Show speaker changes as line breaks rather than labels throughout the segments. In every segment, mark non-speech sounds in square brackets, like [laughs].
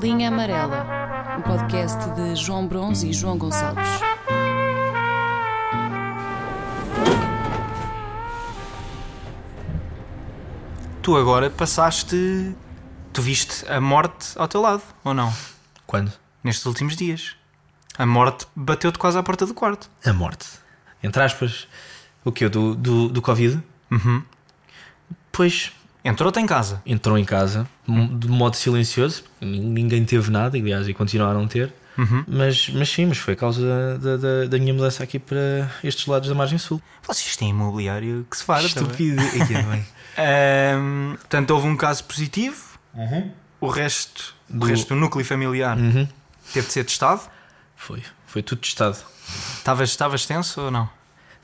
Linha Amarela, um podcast de João Bronze e João Gonçalves.
Tu agora passaste. Tu viste a morte ao teu lado, ou não?
Quando?
Nestes últimos dias. A morte bateu-te quase à porta do quarto.
A morte. Entre aspas. O que? Do, do, do Covid?
Uhum.
Pois
Entrou-te em casa.
entrou em casa m- de modo silencioso, nin- ninguém teve nada, aliás, e continuaram a não ter. Mas, mas sim, mas foi a causa da, da- da, da minha mudança aqui para estes lados da margem sul.
Vocês têm imobiliário que se farda também.
Estúpido. [laughs] Aqui também.
Ahm, portanto, houve um caso positivo. O resto, o
Do-
resto do núcleo familiar teve de ser testado.
Foi, foi tudo testado.
Estavas, estavas tenso ou não?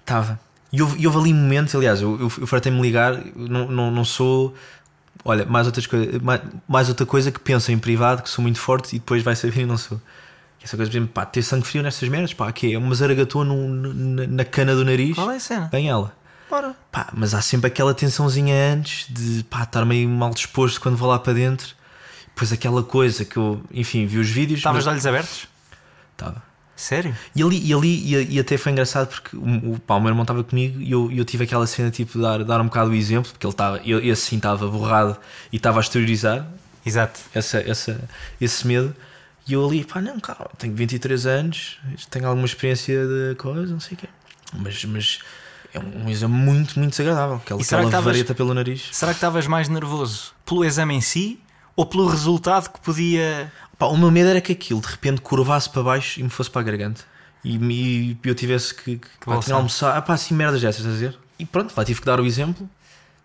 Estava. E houve, e houve ali momentos, aliás, eu, eu, eu fartei-me ligar, eu não, não, não sou. Olha, mais, outras coi- mais, mais outra coisa que penso em privado, que sou muito forte e depois vai saber e não sou. Essa coisa, por exemplo, pá, ter sangue frio nestas merdas, pá, que é uma zaragatua num- na, na cana do nariz.
Qual é a cena?
Bem ela.
Bora.
Pá, mas há sempre aquela tensãozinha antes de pá, estar meio mal disposto quando vou lá para dentro. Depois aquela coisa que eu, enfim, vi os vídeos.
Estavas de
mas-
olhos abertos?
Tava.
Sério?
E ali, e ali e, e até foi engraçado porque o, o, pá, o meu irmão estava comigo e eu, e eu tive aquela cena tipo de dar, dar um bocado o exemplo, porque ele estava, eu, eu assim estava borrado e estava a exteriorizar
Exato.
essa, essa, esse medo. E eu ali, pá, não, calma, tenho 23 anos, tenho alguma experiência de coisa, não sei o quê. Mas, mas é um exame muito, muito desagradável. Aquela,
E será
aquela
que estavas-
vareta pelo nariz.
Será que estavas mais nervoso pelo exame em si ou pelo resultado que podia.
Pá, o meu medo era que aquilo de repente curvasse para baixo e me fosse para a garganta. E, me- e eu tivesse que, que pá,
bolsa.
tinha almoçar. Ah, pá, assim merdas dessas, estás a dizer? E pronto, lá tive que dar o exemplo.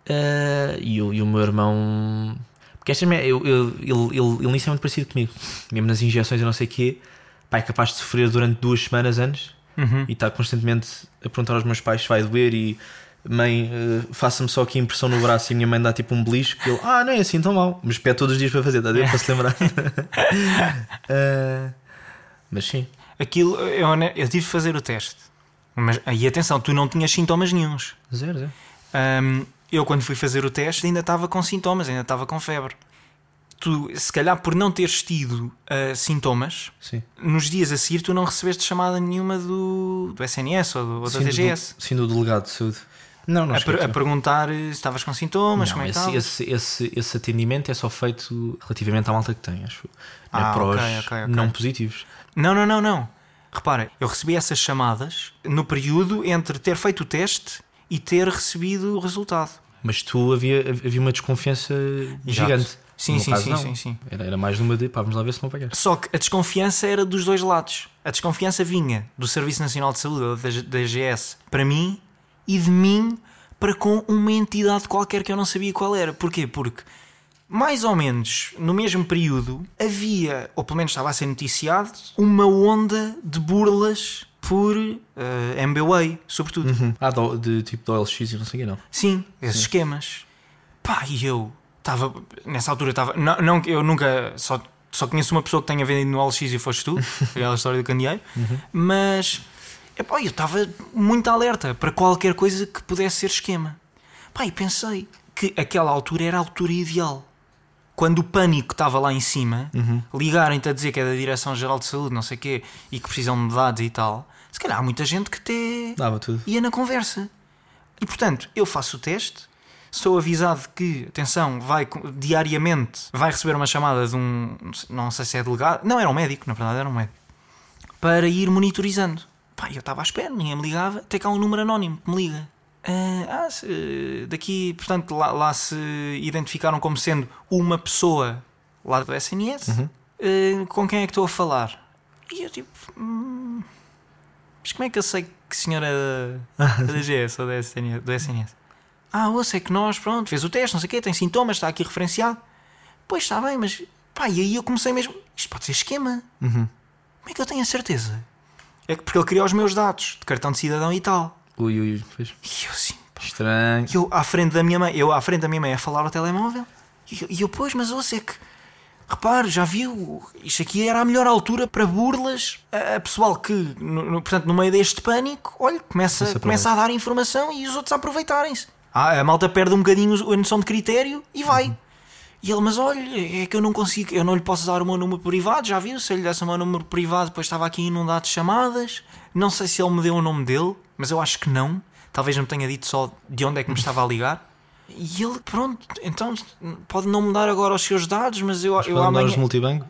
Ah, e, o, e o meu irmão. Porque esta, mer- eu, eu, ele, ele, ele nisso é muito parecido comigo. Mesmo nas injeções e não sei o quê, pá, é capaz de sofrer durante duas semanas antes e está constantemente a perguntar aos meus pais se vai doer e. Mãe, ah, faça-me só aqui impressão no braço e a minha mãe dá tipo um belisco. E ele, ah, não é assim tão mal, mas pede todos os dias para fazer, está a ver? Para se lembrar. Ah, mas sim.
Aquilo, eu, hone- eu tive de fazer o teste. Mas, e atenção, tu não tinhas sintomas nenhuns.
Zero, zero.
Hum, eu, quando fui fazer o teste, ainda estava com sintomas, ainda estava com febre. Tu, se calhar, por não teres tido ah, sintomas,
Sim.
nos dias a seguir tu não recebeste chamada nenhuma do, do SNS ou, do, ou da
Sim, do-
DGS
Sim, do delegado de saúde. Não, não
a, per-
esquece.
a perguntar eh, se estavas com sintomas,
Não,
como é que
esse,
estava.
esse, esse, esse atendimento é só feito relativamente à malta que tem, acho. Não
Ah,
é para os
ok, ok, ok.
não positivos.
Não, não, não, não. Repara, eu recebi essas chamadas no período entre ter feito o teste e ter recebido o resultado.
Mas tu havia, havia uma desconfiança gigante.
Sim,
No meu
sim,
caso,
sim,
não.
sim, sim.
Era, era mais numa de pá, vamos lá ver se não pagar.
Só que a desconfiança era dos dois lados. A desconfiança vinha do Serviço Nacional de Saúde, ou da da DGS, para mim e de mim para com uma entidade qualquer que eu não sabia qual era. Porquê? Porque, mais ou menos no mesmo período, havia, ou pelo menos estava a ser noticiado, uma onda de burlas por eh, MBWay, sobretudo.
Ah, do, de tipo do OLX e não sei o quê, não.
Sim, esses esquemas. Pá, e eu estava. Nessa altura estava. Não, não, eu nunca. Só, só conheço uma pessoa que tenha vendido no LX e foste tu, aquela história do candeeiro. Mas. Epá, eu estava muito alerta para qualquer coisa que pudesse ser esquema. Pá, e pensei que aquela altura era a altura ideal. Quando o pânico estava lá em cima, ligarem-te a dizer que é da Direção-Geral de Saúde, não sei o quê, e que precisam de dados e tal, se calhar há muita gente que até
Dava tudo.
ia na conversa. E portanto, eu faço o teste, sou avisado que, atenção, vai co- diariamente vai receber uma chamada de um, não sei se é delegado, não era um médico, na verdade era um médico, para ir monitorizando. Pá, eu estava à espera, ninguém me ligava, até cá um número anónimo que me liga. Ah, ah, se- daqui, portanto, lá, lá se identificaram como sendo uma pessoa lá do SNS, Ah, com quem é que estou a falar? E eu tipo, hum, mas como é que eu sei que senhora é da- da DGS ou da SN do SNS? Ah, ouça, é que nós, pronto, fez o teste, não sei o quê, tem sintomas, está aqui referenciado. Pois está bem, mas pá, e aí eu comecei mesmo, isto pode ser esquema. Como é que eu tenho a certeza? É que porque ele queria os meus dados de cartão de cidadão e tal.
Ui, ui, pois.
E eu assim, pá,
Estranho.
e eu à frente da minha mãe, eu à frente da minha mãe a falar ao telemóvel. E eu, e eu, pois, mas ouça é que. Repare, já viu? Isto aqui era a melhor altura para burlas. A, a pessoal que, no, no- portanto, no meio deste pânico, olha, começa,
Começa a
começa a dar informação e os outros a aproveitarem-se. Ah, a malta perde um bocadinho a noção de critério e vai. E ele, mas olha, é que eu não consigo, eu não lhe posso dar o meu número privado, já viu? Se eu lhe desse o meu número privado, depois estava aqui inundado de chamadas. Não sei se ele me deu o nome dele, mas eu acho que não. Talvez não tenha dito só de onde é que me estava a ligar.
[laughs]
E ele, pronto, então pode não me dar agora os seus dados, mas eu, eu
Pode mandar
amanhã.
os
[laughs]
multibanco?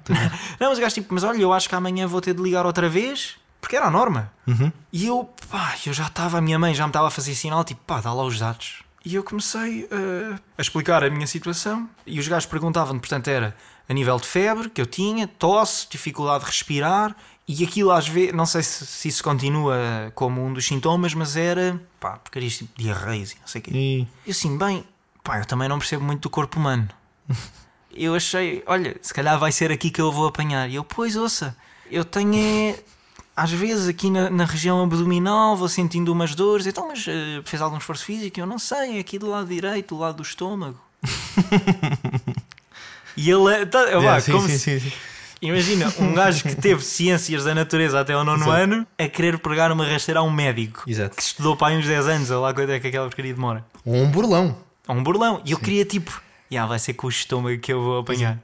Não, mas o gajo tipo, mas olha, eu acho que amanhã vou ter de ligar outra vez, porque era a norma. E eu, pá, eu já estava, a minha mãe já me estava a fazer sinal, tipo, pá, dá lá os dados. E eu comecei eh, a explicar a minha situação e os gajos perguntavam-me, portanto, era a nível de febre que eu tinha, tosse, dificuldade de respirar e aquilo às vezes, não sei se, se isso continua como um dos sintomas, mas era, pá, porcarias tipo diarreias e não sei o quê.
E
E assim, bem, pá, eu também não percebo muito do corpo
[laughs]
humano. Eu achei, olha, se calhar vai ser aqui que eu vou apanhar. E eu, pois, ouça, eu tenho, é, às vezes, aqui na, na região abdominal, vou sentindo umas dores. Então, mas eh, fez algum esforço físico? Eu não sei, é aqui do lado direito, do lado do
[laughs]
estômago. e ele, é- tá, vá,
Yeah, sim,
como
sim,
se-
sim, sim.
imagina, um gajo que teve ciências da natureza até ao nono ano, a querer pregar uma rasteira a um médico.
Exato.
Que estudou para aí uns 10 anos, ou lá quanto é que aquela porcaria demora.
Ou um burlão.
Ou um burlão. E eu queria tipo, "Ya, vai ser com o estômago que eu vou
é.
apanhar.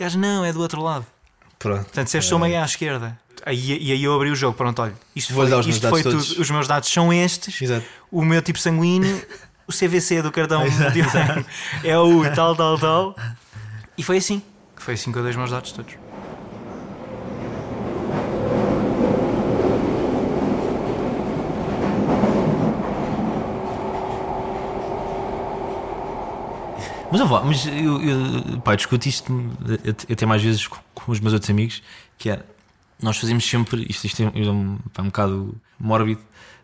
E eles, não, é do outro lado.
Pronto.
Portanto, se é estômago é à esquerda. Aí, e aí eu abri o jogo, pronto, olha, isto
Vou-lhe
foi,
dar os meus
isto
dados
foi
todos.
tudo. Os meus dados são estes.
Exato.
O meu tipo sanguíneo, o CVC do cartão multibanco [laughs] é o tal, tal, tal. E foi assim. Foi assim que eu dei os meus dados todos.
Mas eu vou, mas eu, eu, pá, eu discuto isto at- até mais vezes com, com os meus outros amigos, que era, nós fazemos sempre, isto, isto é, um, pá, um bocado mórbido,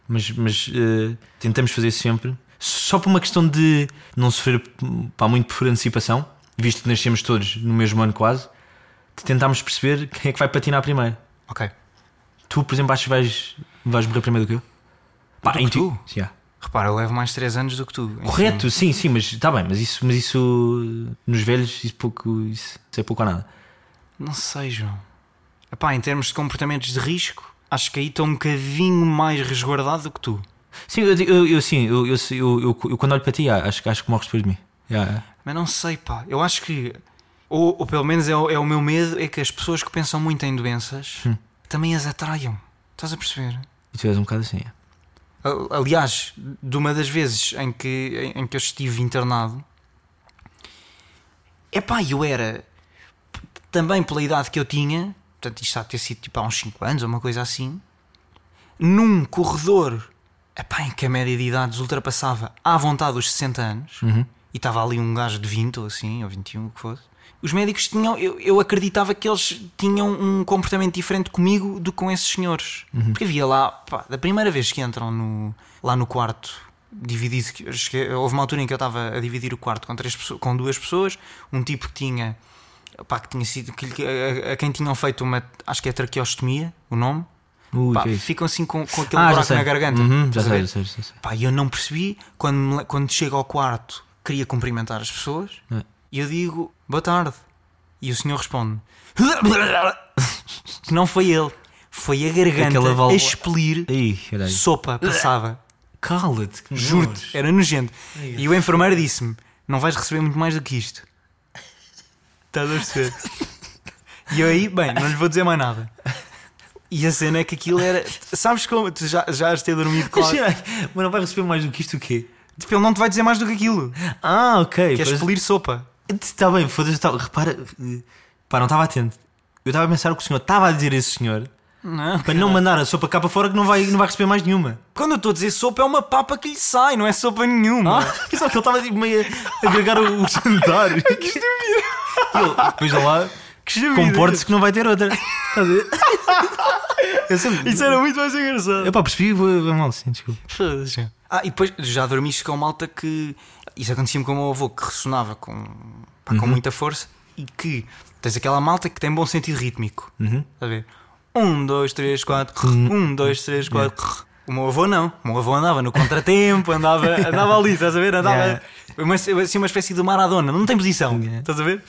mas, mas eh, tentamos fazer sempre, só por uma questão de não sofrer pá, muito por antecipação, visto que nascemos todos no mesmo ano quase, de tentarmos perceber quem é que vai patinar primeiro.
Ok.
Tu, por exemplo, achas que vais, vais morrer primeiro do que eu? Pá,
Do que tu?
Yeah.
Repara, eu levo mais 3 anos do que tu.
Correto, sim, sim, mas está bem, mas isso, mas isso nos velhos, isso, pouco, isso, isso é pouco ou nada.
Não sei, João. Epá, em termos de comportamentos de risco, acho que aí estou um bocadinho mais resguardado do que tu.
Sim, eu, eu, eu- sim, eu, eu, eu, eu- eu quando olho para ti, ah, acho, que- acho que morres depois de mim. Já, é.
Mas não sei, pá. Eu acho que. Ou, ou pelo menos é, o- é o meu medo, é que as pessoas que pensam muito em doenças também as atraiam. Estás a perceber?
E tu és um bocado assim. é.
A- Aliás, de uma das vezes em que, em, em que eu estive internado, é pá, eu era p- também pela idade que eu tinha, portanto, isto há de ter sido tipo há uns 5 anos ou uma coisa assim, num corredor epá, em que a média de idades ultrapassava à vontade os 60 anos, e estava ali um gajo de 20 ou assim, ou 21, o que fosse. Os médicos tinham, eu, eu acreditava que eles tinham um comportamento diferente comigo do que com esses senhores. Porque havia lá, pá, da primeira vez que entram no, lá no quarto, dividi houve uma altura em que eu estava a dividir o quarto com, três, pesso- com duas pessoas, um tipo que tinha, pá, que tinha sido, que lhe- a, a- a quem tinham feito uma, acho que é traqueostomia, o nome,
Ui,
pá,
que é isso?
ficam assim com, com aquele
Ah, já
buraco
sei.
na garganta.
Uhum, já
Estás a
sei,
ver?
já sei, já sei.
Pá, e eu não percebi quando, me- quando chego ao quarto, queria cumprimentar as pessoas
É.
e eu digo boa tarde. E o senhor responde [laughs] que não foi ele, foi a garganta
é Aquela válvula.
a expelir
Aí, olha aí.
sopa passada.
Cala-te, que
Juro-te,
[laughs]
era nojento. E o enfermeiro disse-me: Não vais receber muito mais do que isto. Estás a perceber? E eu aí, bem, não lhe vou dizer mais nada. E a cena é que aquilo era. Sabes como? Tu já, já has de ter dormido com.
Imagina, mas não vai receber mais do que isto o quê?
Tipo, ele não te vai dizer mais do que aquilo.
Ah, ok.
Queres
pois-
expelir sopa.
Está bem, foda-se, tá- repara. eh, Pá, não estava atento. Eu estava a pensar o que o senhor estava a dizer a esse senhor
Não.
para não mandar a sopa cá para fora que não vai, não vai receber mais nenhuma.
Quando eu estou a dizer sopa, é uma papa que lhe sai, não é sopa nenhuma.
[laughs] Ah, pensava que ele estava tipo, meio a agregar o, o jantar. [laughs] que estúpido! Depois de lá,
Que estúpido.
comporte-se [laughs] que não vai ter outra. Estás a ver? Eu sempre.
Isso era muito mais engraçado.
Eu pá, percebi, vou, vou mal, sim, desculpa.
Ah, e depois já dormiste com malta que. Isso acontecia-me com o meu avô, que ressonava com, pá,
Uhum.
com muita força e que tens aquela malta que tem bom sentido rítmico.
Uhum.
Está a ver? Um, dois, três, quatro. Um, dois, três, quatro. O meu avô não. O meu avô andava no contratempo, andava, andava ali, estás a ver? Andava.
Yeah.
Uma, assim, uma espécie de Maradona, não tem posição.
Yeah.
Estás a ver?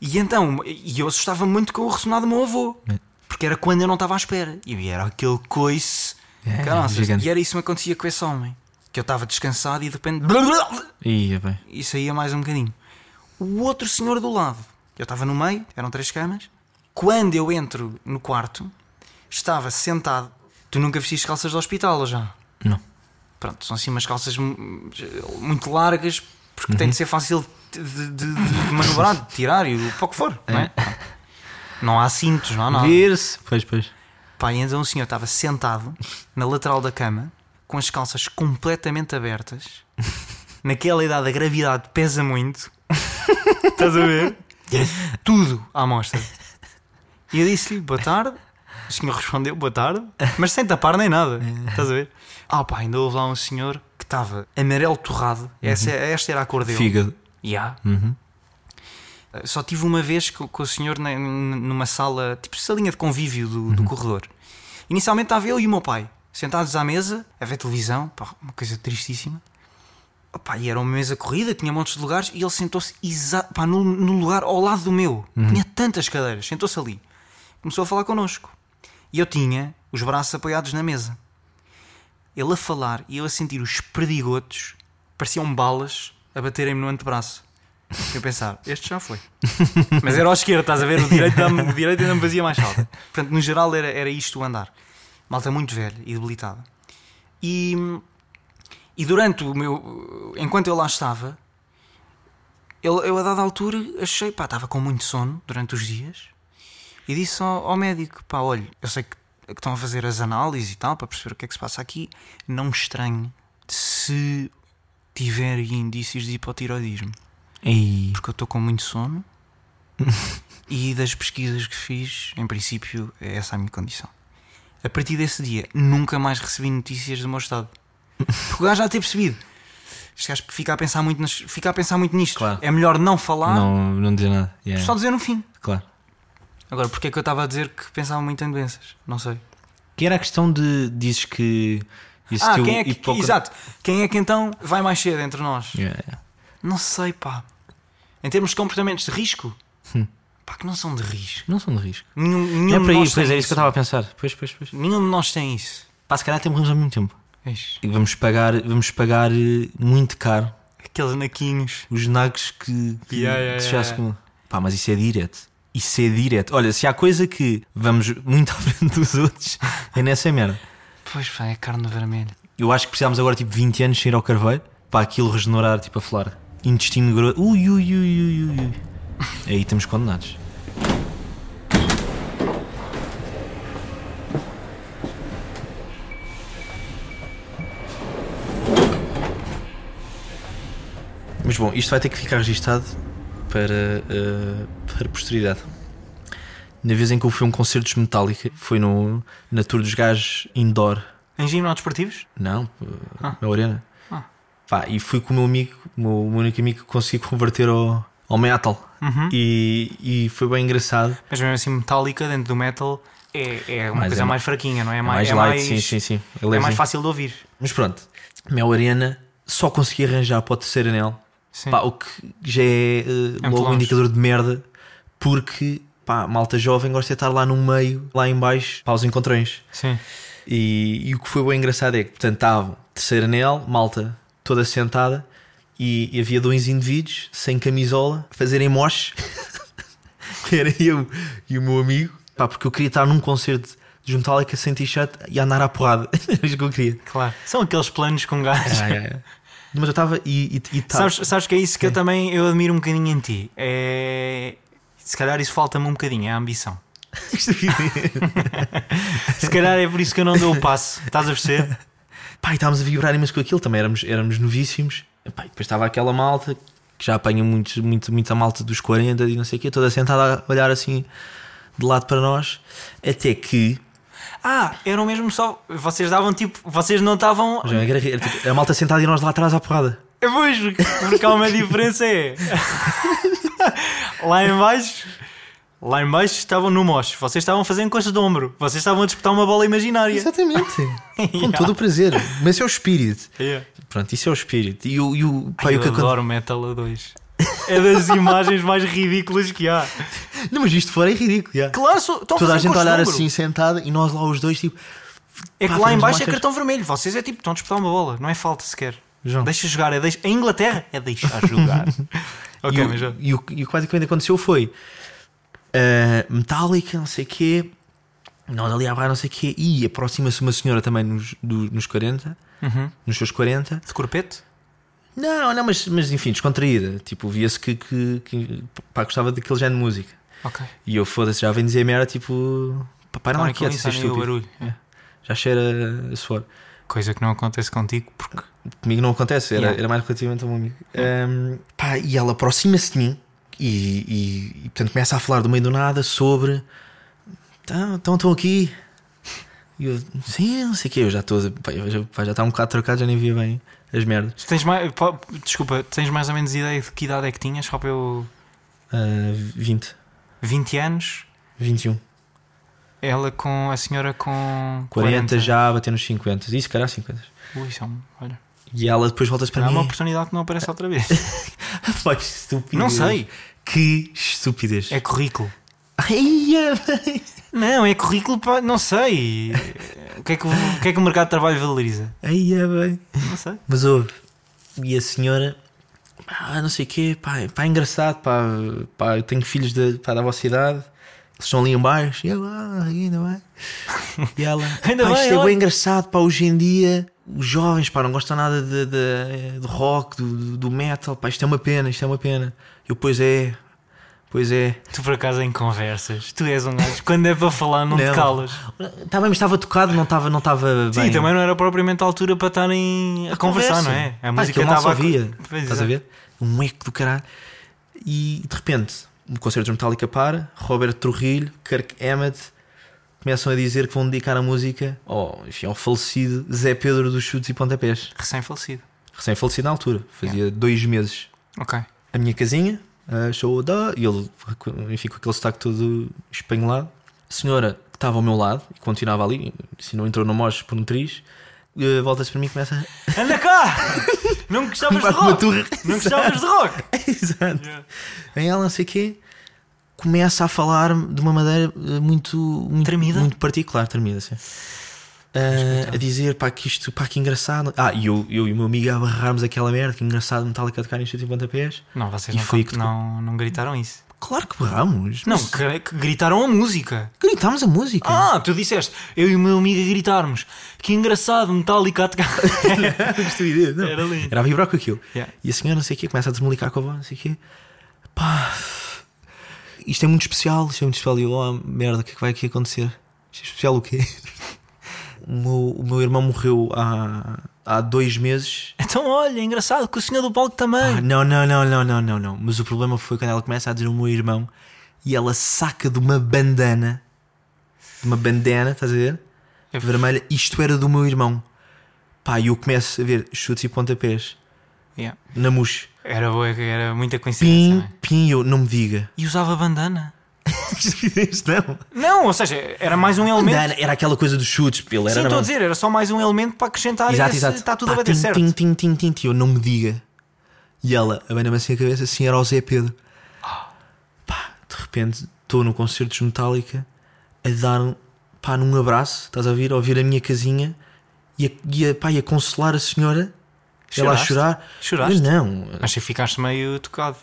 E então, e eu assustava muito com o ressonado do meu avô.
É.
Porque era quando eu não estava à espera. E era aquele coice.
É,
Caraças.
gigante.
e era isso que me acontecia com esse homem. Que eu estava descansado e de repente.
Ia é bem.
E saía mais um bocadinho. o outro senhor do lado. Eu estava no meio, eram três camas. Quando eu entro no quarto, estava sentado. Tu nunca vestiste calças de hospital ou já?
Não.
Pronto, são assim umas calças mu- muito largas, porque tem de ser fácil de, de- de- de manobrar, de tirar e o para o que for, não é? Não há cintos, não há nada.
Vir-se. Pois, pois.
Pá, e então o senhor estava sentado na lateral da cama, com as calças completamente [laughs] abertas. Naquela idade a gravidade pesa muito. [laughs] Estás a ver? Tudo à mostra. E eu disse-lhe boa tarde. O senhor respondeu boa tarde, mas sem tapar nem nada. Estás a ver? Ah, pá, ainda houve lá um senhor que estava amarelo torrado. Essa, é, esta era a cor dele.
Fígado.
Yeah. Eh, Só tive uma vez co- com, o senhor na- n- numa sala, tipo salinha de convívio do, do corredor. Inicialmente estava eu e o meu pai, sentados à mesa, a ver televisão, pá, uma coisa tristíssima. Opa, e era uma mesa corrida, tinha montes de lugares, e ele sentou-se exa- pá, no, no lugar ao lado do meu. Tinha tantas cadeiras, sentou-se ali. Começou a falar connosco. E eu tinha os braços apoiados na mesa. Ele a falar e eu a sentir os perdigotos, pareciam balas a baterem-me no antebraço. Eu pensar, este já foi. Mas era ao esquerdo, estás a ver? O direito, dá-me- o direito ainda me fazia mais falta. Portanto, no geral era, era isto o andar. Malta muito velha e debilitada. E, e durante o meu. Enquanto eu lá estava, eu, eu a dada altura achei, pá, estava com muito sono durante os dias e disse ao, ao médico: pá, olha, eu sei que, que estão a fazer as análises e tal para perceber o que é que se passa aqui, não me estranhe se tiver indícios de hipotiroidismo
E...
porque eu estou com muito sono [laughs] e das pesquisas que fiz, em princípio, é essa a minha condição. A partir desse dia, nunca mais recebi notícias do meu estado. Porque o gajo já ter percebido. Este gajo fica a pensar muito, nas- fica a pensar muito nisto.
Claro.
É melhor não falar,
Não, não dizer nada. Yeah.
só dizer no fim.
Claro.
Agora, porque é que eu estava a dizer que pensava muito em doenças? Não sei.
Que era a questão de... Dizes que...
Ah,
existiu
quem é que,
Hipoca-
exato. Quem é que então vai mais cedo entre nós?
Yeah, yeah.
Não sei, pá. Em termos de comportamentos de risco, pá, que não são de risco.
Não são de risco.
Nenhum, nenhum
Hum. é
de
para aí,
nós
pois é
tem
isso, que eu estava a pensar. Pois, pois, pois.
Nenhum de nós tem isso.
Pá, se calhar até morremos ao mesmo tempo.
Eis.
E vamos pagar, vamos pagar eh, muito caro
Aqueles naquinhos.
os nags que, que,
Yeah, yeah,
que se
yeah,
já se com- Pá, mas isso é direto. Isso é direto. Olha, se há coisa que vamos muito [laughs] à frente dos outros, é nessa merda.
Pois pá, é carne vermelha.
Eu acho que precisamos agora tipo 20 anos de ir ao carveiro para aquilo regenerar, tipo a flora. Intestino grosso. Ui, ui, ui, ui, ui, ui. Aí estamos condenados. Mas bom, isto vai ter que ficar registado para, eh, para posteridade. Na vez em que eu fui a um concerto dos Metallica, foi no, na Tour dos Gajos Indoor
Em ginásios desportivos?
não,
Ah.
na Arena.
Ah.
Pá, e fui com o meu amigo, o meu, o meu único amigo que consegui [laughs] converter ao, ao metal.
Hum?
E, e foi bem engraçado.
Mas mesmo assim, metálica dentro do metal é, é uma
Mais
coisa
é-
mais fraquinha, não é?
É
mais,
mais
é
light,
mais-
sim, sim, sim. É
É mais
levezinho.
fácil de ouvir.
Mas pronto, Mel Arena só consegui arranjar para o terceiro anel.
Sim.
Pá, o que já é, eh,
muito
logo um
longe.
indicador de merda, porque pá, a malta jovem gosta de estar lá no meio, lá em baixo, para os encontrões.
sim.
E, e o que foi bem engraçado é que, portanto, estava terceiro anel, malta toda sentada, e, e havia dois indivíduos sem camisola a fazerem mosh, [laughs] que era eu e o meu amigo, pá, porque eu queria estar num concerto de Metallica sem t-shirt e andar à porrada, [laughs] era isso que eu queria.
Claro. São aqueles planos com [laughs] gás.
Mas eu estava e, e, e tava.
Sabes, sabes que é isso que eu também eu admiro um bocadinho em ti. É... Se calhar isso falta-me um bocadinho, é a ambição.
[laughs]
Se calhar é por isso que eu não dou o passo. Estás a perceber?
pá, e estávamos a vibrar imenso com aquilo, também éramos, éramos novíssimos. E, pá, e depois estava aquela malta que já apanha muitos, muito, muita malta dos 40 e não sei o quê, toda sentada a olhar assim de lado para nós, até que
Ah, eram mesmo só. Vocês davam tipo. Vocês não estavam.
já era, era tipo, a malta sentada e nós lá atrás à porrada.
É Pois, porque, porque há uma diferença é. lá em baixo. Lá em baixo estavam no mosh. Vocês estavam fazendo coisas de ombro. Vocês estavam a disputar uma bola imaginária.
Exatamente, [laughs] com todo o prazer. Mas isso é o espírito.
Yeah.
Pronto, isso é o espírito. E o, e o, pá,
Ai,
e
eu
o que aconte-
adoro Metal a 2. É das imagens mais ridículas que há.
Não, mas isto fora é ridículo. já.
Claro, só- estão
Toda a
fazer
gente a
coisas de
olhar
ombro.
assim sentada e nós lá os dois, tipo,
É que lá
Pá,
em
fazemos
baixo é
marchas.
cartão vermelho. Vocês é tipo, estão a disputar uma bola. Não é falta sequer. [laughs]
João.
Deixa jogar. É deixa... Em Inglaterra é deixar jogar. Ok,
e, o-
mas já.
e o, e o que basicamente aconteceu foi ah, Metallica, não sei o quê, nós ali a barra, não sei o quê, e aproxima-se uma senhora também nos, do- nos 40,
Uhum.
nos seus 40.
De corpete?
Não, não, mas, mas enfim, descontraída. Tipo, via-se que, que, que pá, gostava daquele género de música.
Ok.
E eu foda-se, já vem dizer merda, tipo, pá, para lá
Parem
aqui,
Tá com
é
isso, amigo, o barulho.
estúpido. É. Já cheira a suor.
Coisa que não acontece contigo porque.
Comigo não acontece, era,
Yeah.
era mais relativamente a um amigo. Um, pá, e ela aproxima-se de mim e, e, e, portanto, começa a falar do meio do nada sobre. Então, então estão aqui. E eu, sim, não sei o quê, eu já estou. pá, eu Já, pá, já está um bocado trocado, já nem via bem as merdas.
Tu Tens mais... pá, Desculpa, tens mais ou menos ideia de que idade é que tinhas? Só para eu.
Ah, 20,
20 anos,
21.
ela com. a senhora com.
40 já a bater nos 50. Isso, calhar 50.
Ui, isso é um- Olha.
E ela depois volta-se para
Há
mim.
Ah, uma oportunidade que não aparece outra vez.
[laughs] Pá, que estupidez.
Não sei.
Que estupidez.
É currículo.
Ai, ai,
Não, é currículo para. Não sei. O que, é que, o o que é que o mercado de trabalho valoriza?
ai, ai, bem.
Não sei.
Mas houve. E a senhora, pá, não sei o quê, pá, pá, é engraçado, pá, pá, eu tenho filhos de, pá, da vossa idade, eles estão ali em baixo, e ela, ah, ainda bem. E [laughs] ela,
Ainda
"Pá,
bem,
isto é
ela."
bem engraçado, pá, hoje em dia, os jovens, pá, não gostam nada de, de- do rock, do, do- do metal, pá, isto é uma pena, isto é uma pena. Eu, pois é, pois é.
Tu por acaso em conversas, tu és um gajo. Quando é para falar, não,
Não.
te calas.
Tá bem, mas estava tocado, não estava não estava bem.
Sim, também não era propriamente a altura para estarem a conversar, não é?
A
A
música Ah, eu mal
estava
só
a co-
via.
Pois, é.
Estás a ver? Um eco do caralho. E de repente, o concerto de Metallica para, Robert Trujillo, Kirk Hammett começam a dizer que vão dedicar a música ao, enfim, ao falecido Zé Pedro dos Chutes e Pontapés.
Recém-falecido.
Recém-falecido na altura, fazia dois meses.
Ok.
A minha casinha, a show da. E ele, enfim, com aquele sotaque todo espanholado. A senhora que estava ao meu lado e continuava ali, se não entrou no moche por um triz, eh, volta-se para mim e começa a.
Anda cá! não gostavas de
Bate uma
rock!
turra.
Não gostavas de rock!
[laughs] Exato. Vem ela, não sei o quê, começa a falar de uma maneira eh, muito, muito,
Tremida?
muito particular, tremida, sim. Ah, a dizer, pá, que isto, pá, que engraçado. Ah, e eu, eu e o meu amigo a barrarmos aquela merda, que engraçado Metallica tocar em chute e pontapés.
Não, vocês
E
não,
foi
con-
que-
não, não gritaram isso.
Claro que barramos.
Não,
Mas
que, que gritaram a música.
gritámos a música.
Ah, tu disseste, eu e o meu amigo a gritarmos. Que engraçado, Metallica a tocar. [laughs]
[laughs] Estupidez, não.
Era lindo.
Era a vibrar com aquilo.
Yeah.
E a senhora, não sei o quê, começa a desmelicar com a voz, não sei o quê. Pá, isto é muito especial, isto é muito especial. E eu, oh, merda, o que é que vai aqui acontecer? Isto é especial o quê? [laughs] O meu, o meu irmão morreu há, há dois meses.
Então, olha, engraçado, que o senhor do palco também.
Ah, não, não, não, não, não, não, não. Mas o problema foi quando ela começa a dizer o meu irmão e ela saca de uma bandana, de uma bandana, estás a ver?
É-
Vermelha, isto era do meu irmão. Pá, e eu começo a ver chutes e pontapés
Yeah.
na mousse.
Era, boa, era muita coincidência.
Pim,
não é?
pim, eu, não me [laughs] diga.
E usava bandana.
Estupidez, não.
Não, ou seja, era mais um elemento.
Era, era aquela coisa dos chutes, ele
Sim,
era.
estou a dizer, era só mais um elemento para acrescentar
exato,
esse,
exato.
está tudo
Pá,
a bater
tim,
certo.
Tim, tim, tim, tim, tio, não me diga. E ela, abana-me assim a cabeça, assim era o Zé Pedro. Pá, de repente estou no concerto de Metallica a dar um, pá, num abraço, estás a ouvir, a ouvir a minha casinha e a, e a, pá, e a consolar a senhora. Ela a
Choraste?
chorar.
Choraste?
Mas não,
Mas tu ficaste meio tocado.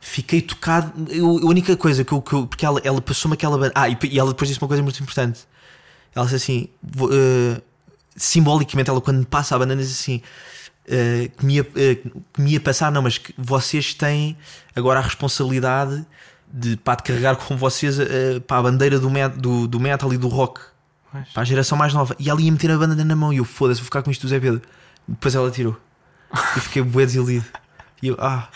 Fiquei tocado. Eu- a única coisa que eu. que eu- porque ela, ela passou-me aquela. ban- Ah, e, e ela depois disse uma coisa muito importante. Ela disse assim. vou- eh, simbolicamente, ela quando me passa a banana diz assim. eh, que, me ia, eh, que me ia passar, não, mas que vocês têm agora a responsabilidade de, pá, de carregar com vocês eh, pá, a bandeira do, met- do, do metal e do rock
Pois.
para a geração mais nova. E ela ia meter a banana na mão e eu foda-se, vou ficar com isto do Zé Pedro. Depois ela tirou. E fiquei bué desiludido. E eu, ah.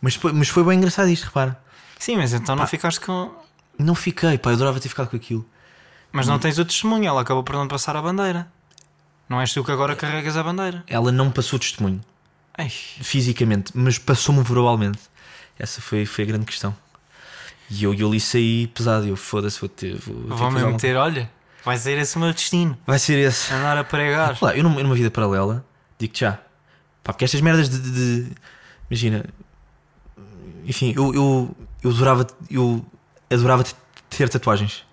Mas foi, mas foi bem engraçado isto, repara.
Sim, mas então não ficaste com.
Não fiquei, pá, eu adorava ter ficado com aquilo.
Mas
Hum.
não tens o testemunho, ela acabou por não passar a bandeira. Não és tu que agora carregas a bandeira.
Ela não me passou testemunho,
Ei,
fisicamente, mas passou-me verbalmente. Essa foi, foi a grande questão. E eu, eu li isso aí pesado, eu foda-se, vou ter. Vou, ter que
vão-me
fazer
meter, olha, vai ser esse o meu destino.
alguma- Vai ser esse.
Andar a
[laughs]
pregar.
Olá, eu numa, eu numa vida paralela digo-te já. Pá, porque estas merdas de. de- de- imagina. Enfim, eu, eu, eu adorava. Eu adorava te- ter tatuagens.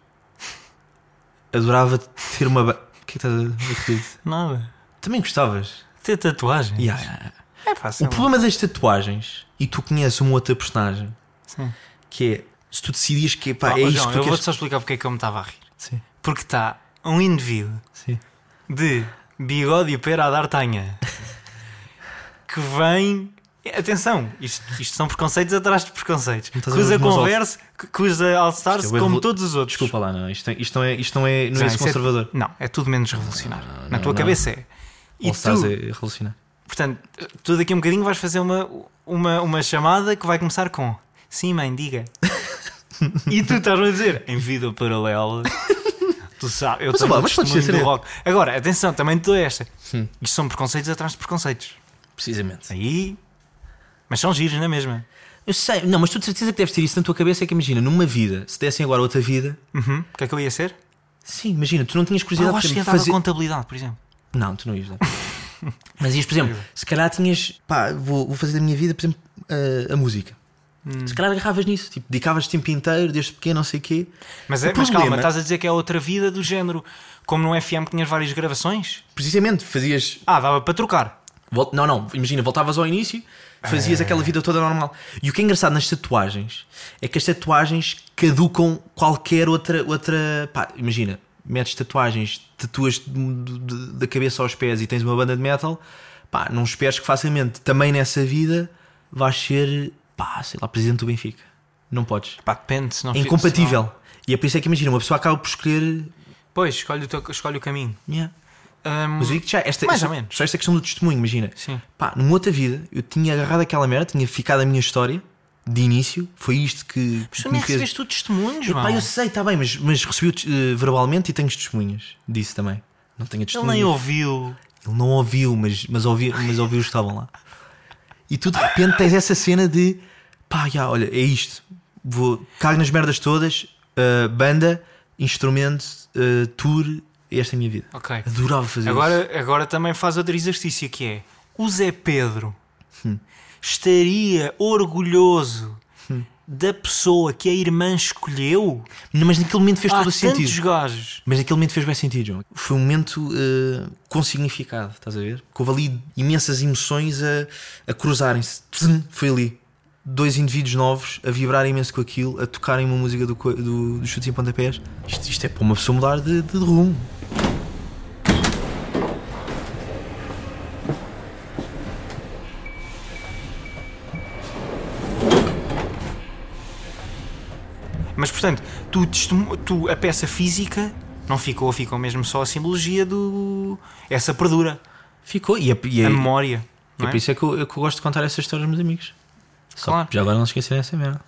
Adorava ter uma. ba- O que é que estás a a rir?
Nada.
Também gostavas.
Ter tatuagem.
Ya, ya, ya.
É
O
fácil.
problema das tatuagens, e tu conheces uma outra personagem,
Sim.
que é se tu decidires que pá,
Ó,
é
ó,
isto
João,
que
eu
tu
vou-te
queres.
só explicar porque é que eu me estava a rir.
Sim,
Porque está um indivíduo
sim.
de bigode e pera à d'artanha que vem. Atenção, isto, isto são preconceitos atrás de preconceitos.
Não
Que
estás a ver
usa
os meus
Converse, que- que usa All-Stars
Isto é o
como
erro-
todos os outros.
Desculpa lá, não. Isto, é- isto não é, isto não é, não é
isso
esse conservador.
É, não, é tudo menos revolucionário.
Não,
Na
não,
tua
não.
cabeça é. E
Ou estás
tu,
a revolucionar.
portanto, tu daqui a um bocadinho vais fazer uma, uma, uma chamada que vai começar com Sim, mãe,
[laughs]
diga. e tu estás a dizer em vida paralela. Tu sabes, eu
Mas,
tenho um
opa, mas pode
testemunho
ser,
do
é.
rock. Agora, atenção, também estou esta.
Hum.
Isto são preconceitos atrás de preconceitos.
Precisamente.
Aí. Mas são giros, não é mesmo?
Eu sei, não, mas tu de certeza que deves ter isso na tua cabeça. É que imagina, numa vida, se dessem agora outra vida,
Uhum. O que é que eu ia ser?
sim, imagina, tu não tinhas
Ah, eu
curiosidade
acho que
de
ia dar a
fazer.
contabilidade, por exemplo.
Não, tu não [laughs] ias dar. Mas ias, por exemplo, se calhar tinhas, pá, vou, vou fazer da minha vida, por exemplo, eh, a, a música.
Hum.
Se calhar agarravas nisso, tipo, dedicavas tempo inteiro, desde pequeno, não sei o quê.
Mas,
O
é, mas
problema-
calma, estás a dizer que é outra vida do género. Como no FM que tinhas várias gravações?
Precisamente, fazias.
Ah, dava para trocar.
vol- Não, não, imagina, voltavas ao início, fazias aquela vida toda normal. E o que é engraçado nas tatuagens é que as tatuagens caducam qualquer outra. outra pá, imagina, metes tatuagens, tatuas de- de- da cabeça aos pés e tens uma banda de metal, pá, não esperes que facilmente também nessa vida vais ser, pá, sei lá, presidente do Benfica. Não podes.
Pá, depende se não
É
fi-
incompatível.
se
E é por isso é que imagina, uma pessoa acaba por escolher.
não- Pois, escolhe o, teu- escolhe o caminho.
yeah.
Ahm,
Mas eu digo já, esta,
Mais
esta-
ou menos.
só esta questão do testemunho, imagina.
Sim.
Pá, numa outra vida, eu tinha agarrado aquela merda, tinha ficado a minha história de início, foi isto que,
Mas
que
tu
me
nem
fez.
recebeste o testemunho, João.
Epá, eu sei, está bem, mas, mas recebi eh, verbalmente e tenho testemunhas disso também. Não tenho
Ele
testemunhas.
nem ouviu.
Ele não ouviu, mas, mas, ouvi, mas ouviu os que estavam lá. E tu de repente tens essa cena de pá, já, olha, é isto. Vou, cago nas merdas todas, ah, banda, instrumento, ah, tour, esta é a minha vida.
Ok.
Adorava fazer isso.
Agora, agora também faz outro exercício que é o Zé Pedro
Hum.
estaria orgulhoso
Hum.
da pessoa que a irmã escolheu
Não, Mas naquele momento fez
há
todo o
tantos
sentido.
gajos.
Mas naquele momento fez bem sentido, João. Foi um momento eh, com significado, estás a ver? Que houve ali imensas emoções a, a cruzarem-se. Tzum, Foi ali. Dois indivíduos novos a vibrarem imenso com aquilo, a tocarem uma música do, co- do, do Chutes e Pontapés. Isto, isto é para uma pessoa mudar de, de rumo.
Mas portanto, tu, testemun- tu- a peça física não ficou, ficou mesmo só a simbologia do. essa perdura,
Ficou. E é, e é,
a memória.
é
não é?
por isso é que eu, é que eu gosto de contar essas histórias aos meus amigos. Só
Claro.
que já agora não se esquecerem dessa merda.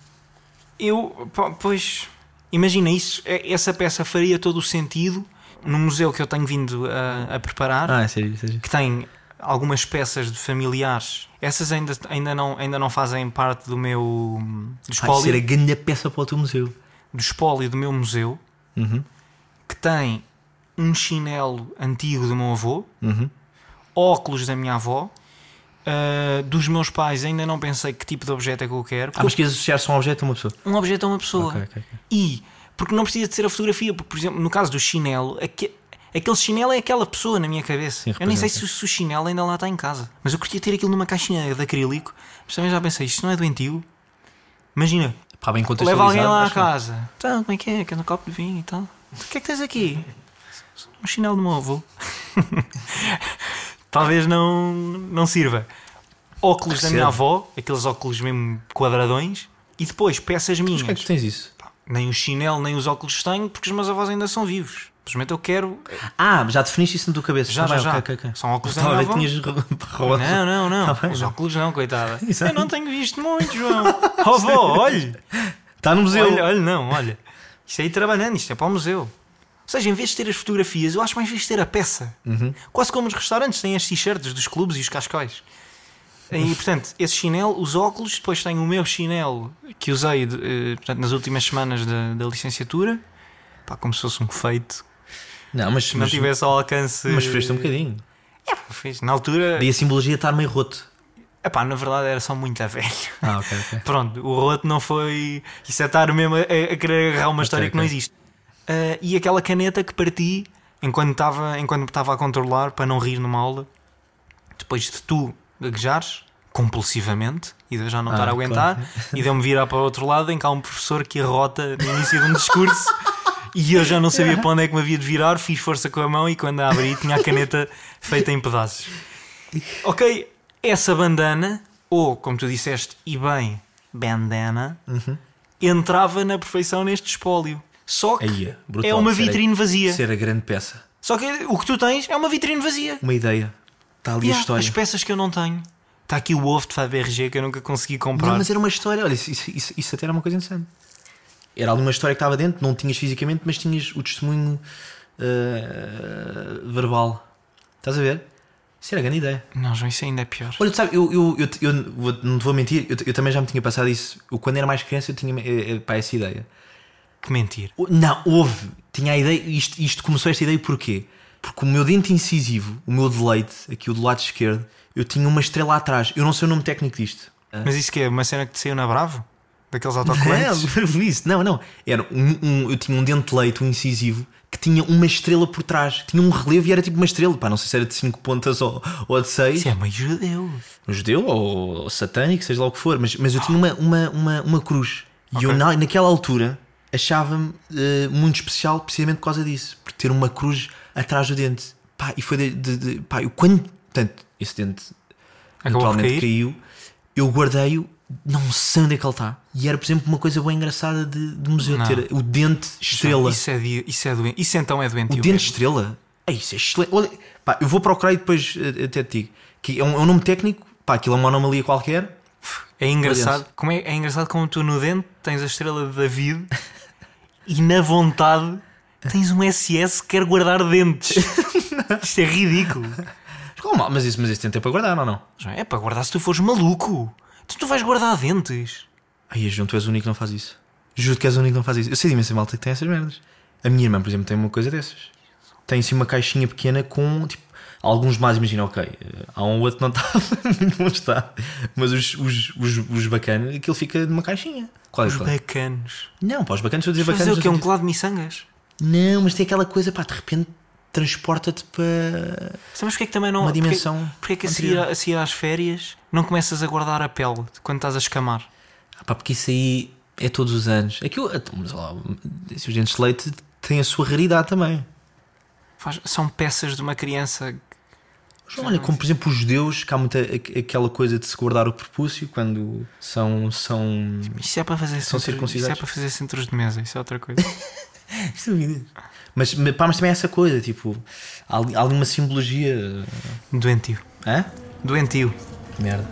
Eu, pá, pois, imagina isso, é- essa peça faria todo o sentido no museu que eu tenho vindo a, a preparar.
Ah, é sério, é sério.
que tem algumas peças de familiares. Essas ainda, ainda, não, ainda não fazem parte do meu do
Vai ser a
espólio,
grande peça para o teu museu.
do, espólio do meu museu,
Uhum,
que tem um chinelo antigo do meu avô,
uhum.
óculos da minha avó, ah, dos meus pais ainda não pensei que tipo de objeto é que eu quero,
Ah,
porque
mas queres associar só um objeto a uma pessoa?
um objeto é uma pessoa.
Ok, ok, ok.
E porque não precisa de ser a fotografia, porque, por exemplo, no caso do chinelo, aque- aquele chinelo é aquela pessoa na minha cabeça.
Sim,
eu nem sei
representa.
se, o- se o chinelo ainda lá está em casa. Mas eu queria ter aquilo numa caixinha de acrílico, mas também já pensei, isto não é doentio. Imagina,
Pá, bem contextualizado.
leva alguém lá à
acho que não.
casa. Então, como é que é? Quer um copo de vinho e tal? O que é que tens aqui? Um chinelo do meu avô. [laughs] Talvez não, não sirva. Óculos da minha
Percebo.
avó, aqueles óculos mesmo quadradões, e depois peças minhas.
Porquê é que tu tens isso?
Nem o chinelo, nem os óculos tenho, porque os meus avós ainda são vivos. Simplesmente eu quero.
Ah, já definiste isso na tua cabeça.
Já, já,
Tá bem,
já.
ok, ok, ok.
São óculos
Estava a ver
da
que tinhas roubado.
Não, não, não.
Tá bem,
os
não.
óculos não, coitada.
[laughs] Exato.
Eu não tenho visto muito,
[laughs]
João. Oh, avó, olhe!
Está Tá no museu.
Olha, olha, não, olha. Isto é ir trabalhando, isto é para o museu. Ou seja, em vez de ter as fotografias, eu acho mais fixe ter a peça.
Uhum.
Quase como os restaurantes têm as t-shirts dos clubes e os cascóis. E, portanto, esse chinelo, os óculos, depois tenho o meu chinelo que usei de, eh, portanto, nas últimas semanas da, da licenciatura. Pá, como se fosse um feito.
Não, mas,
Se não
mas,
tivesse ao alcance.
mas fez-te um bocadinho.
É, pá, fez. Na altura.
Daí a simbologia estar meio roto.
Epá, na verdade era só muito a velho.
Ah, ok, ok.
[laughs] Pronto, o roto não foi. Isso é estar mesmo a, a querer agarrar uma história que não
ok.
existe. Ah, e aquela caneta que parti enquanto estava enquanto me estava a controlar para não rir numa aula, depois de tu gaguejares compulsivamente e de eu já não estar a
Ah,
aguentar e de eu me virar para o outro lado em que há um professor que arrota no início de um discurso [laughs] e eu já não sabia para onde é que me havia de virar, fiz força com a mão e quando a abri tinha a caneta feita em pedaços. Ok, essa bandana, ou como tu disseste, e bem, bandana, entrava na perfeição neste espólio. Só que
Aí, brutal,
é uma
ser a-
vitrine vazia.
[laughs] Ser a grande peça.
Só que o que tu tens é uma vitrine vazia.
Uma ideia. Está ali
Yeah,
a história.
As peças que eu não tenho. Está aqui o ovo de FABRG que eu nunca consegui comprar.
Não, mas era uma história. Olha, isso, isso- isso- isso até era uma coisa interessante. Era alguma história que estava dentro, não tinhas fisicamente, mas tinhas o testemunho eh, verbal. Estás a ver? Isso era grande ideia.
Não, João, isso ainda é pior.
Olha, tu sabes, eu, eu, eu, eu vou- não te vou mentir, eu, eu também já me tinha passado isso. Eu, quando era mais criança, eu tinha eh, eh, pá, essa ideia.
Que mentir.
O- Não, houve. Tinha a ideia. Isto, isto começou esta ideia porquê? Porque o meu dente incisivo, o meu de leite, aqui o do lado esquerdo, eu tinha uma estrela atrás. Eu não sei o nome técnico disto.
Mas isso que é uma cena que te saiu na Bravo? Daqueles autocolantes?
[laughs] É, isso. Não, não. Era um, um- eu tinha um dente de leite, um incisivo, que tinha uma estrela por trás. Tinha um relevo e era tipo uma estrela. Pá, não sei se era de 5 pontas ou, ou de 6.
Isso é meio judeu.
Um judeu ou, ou satânico, seja lá o que for. Mas, mas eu tinha uma, uma, uma, uma cruz. E eu
Ok.
na, naquela altura achava-me eh, muito especial precisamente por causa disso. Por ter uma cruz atrás do dente. Pá, e foi de... de, de- pá, eu quando... Portanto, esse dente
Acabou por cair?
naturalmente caiu. Eu guardei-o, não sei onde é que ele está. E era, por exemplo, uma coisa bem engraçada de, de museu
Não.
ter o dente estrela.
Isso é, di- isso é doente. Isso então é
o
doentio.
dente
mesmo.
estrela? É isso, é excelente. Olha, pá, eu vou procurar e depois eh, até te digo. Que é um, é um nome técnico, pá, aquilo é uma anomalia qualquer.
É engraçado,
Aliás.
como é, é engraçado como tu no dente tens a estrela de David e na vontade tens um SS que quer guardar
[laughs]
dentes. Isto é ridículo.
Mas como- Ah, Mas isso, mas isso tentei para guardar, não, não?
João, É para guardar se tu fores maluco. Tu, tu vais guardar dentes.
Aí, João, tu és o único que não faz isso. Juro que és o único que não faz isso. Eu sei de imensa malta que tem essas merdas. A minha irmã, por exemplo, tem uma coisa dessas. Tem assim uma caixinha pequena com tipo. Alguns mais, imagina, ok. eh, Há um outro que não está, [laughs] não está. Mas os, os, os, os bacanas, aquilo fica numa caixinha. Qual é
Os
qual?
bacanos.
Não, pá, os bacanas, estou a dizer
Vais
bacanas.
fazer o que? Um
estou a
colado de miçangas?
dizer- Não, mas tem aquela coisa, pá, de repente transporta-te para
Mas porquê é que também não.
uma
porquê-
dimensão.
Porquê é que a seguir,
anterior.
a seguir às férias não começas a guardar a pele quando estás a escamar?
Ah, pá, porque isso aí é todos os anos. Aquilo, ah, mas lá, esses dentes de leite têm a sua raridade também.
Faz- são peças de uma criança.
João, olha, como por exemplo os judeus, que há muita aqu- aquela coisa de se guardar o propúcio quando são. são...
Isso é para fazer centros,
São
Isso é
circuncidados.
para fazer centros de mesa, isso é outra coisa. [laughs]
Mas, mas, pá, mas também é essa coisa, tipo, há, ali- há alguma simbologia.
Doentio.
Hã?
Doentio.
Merda.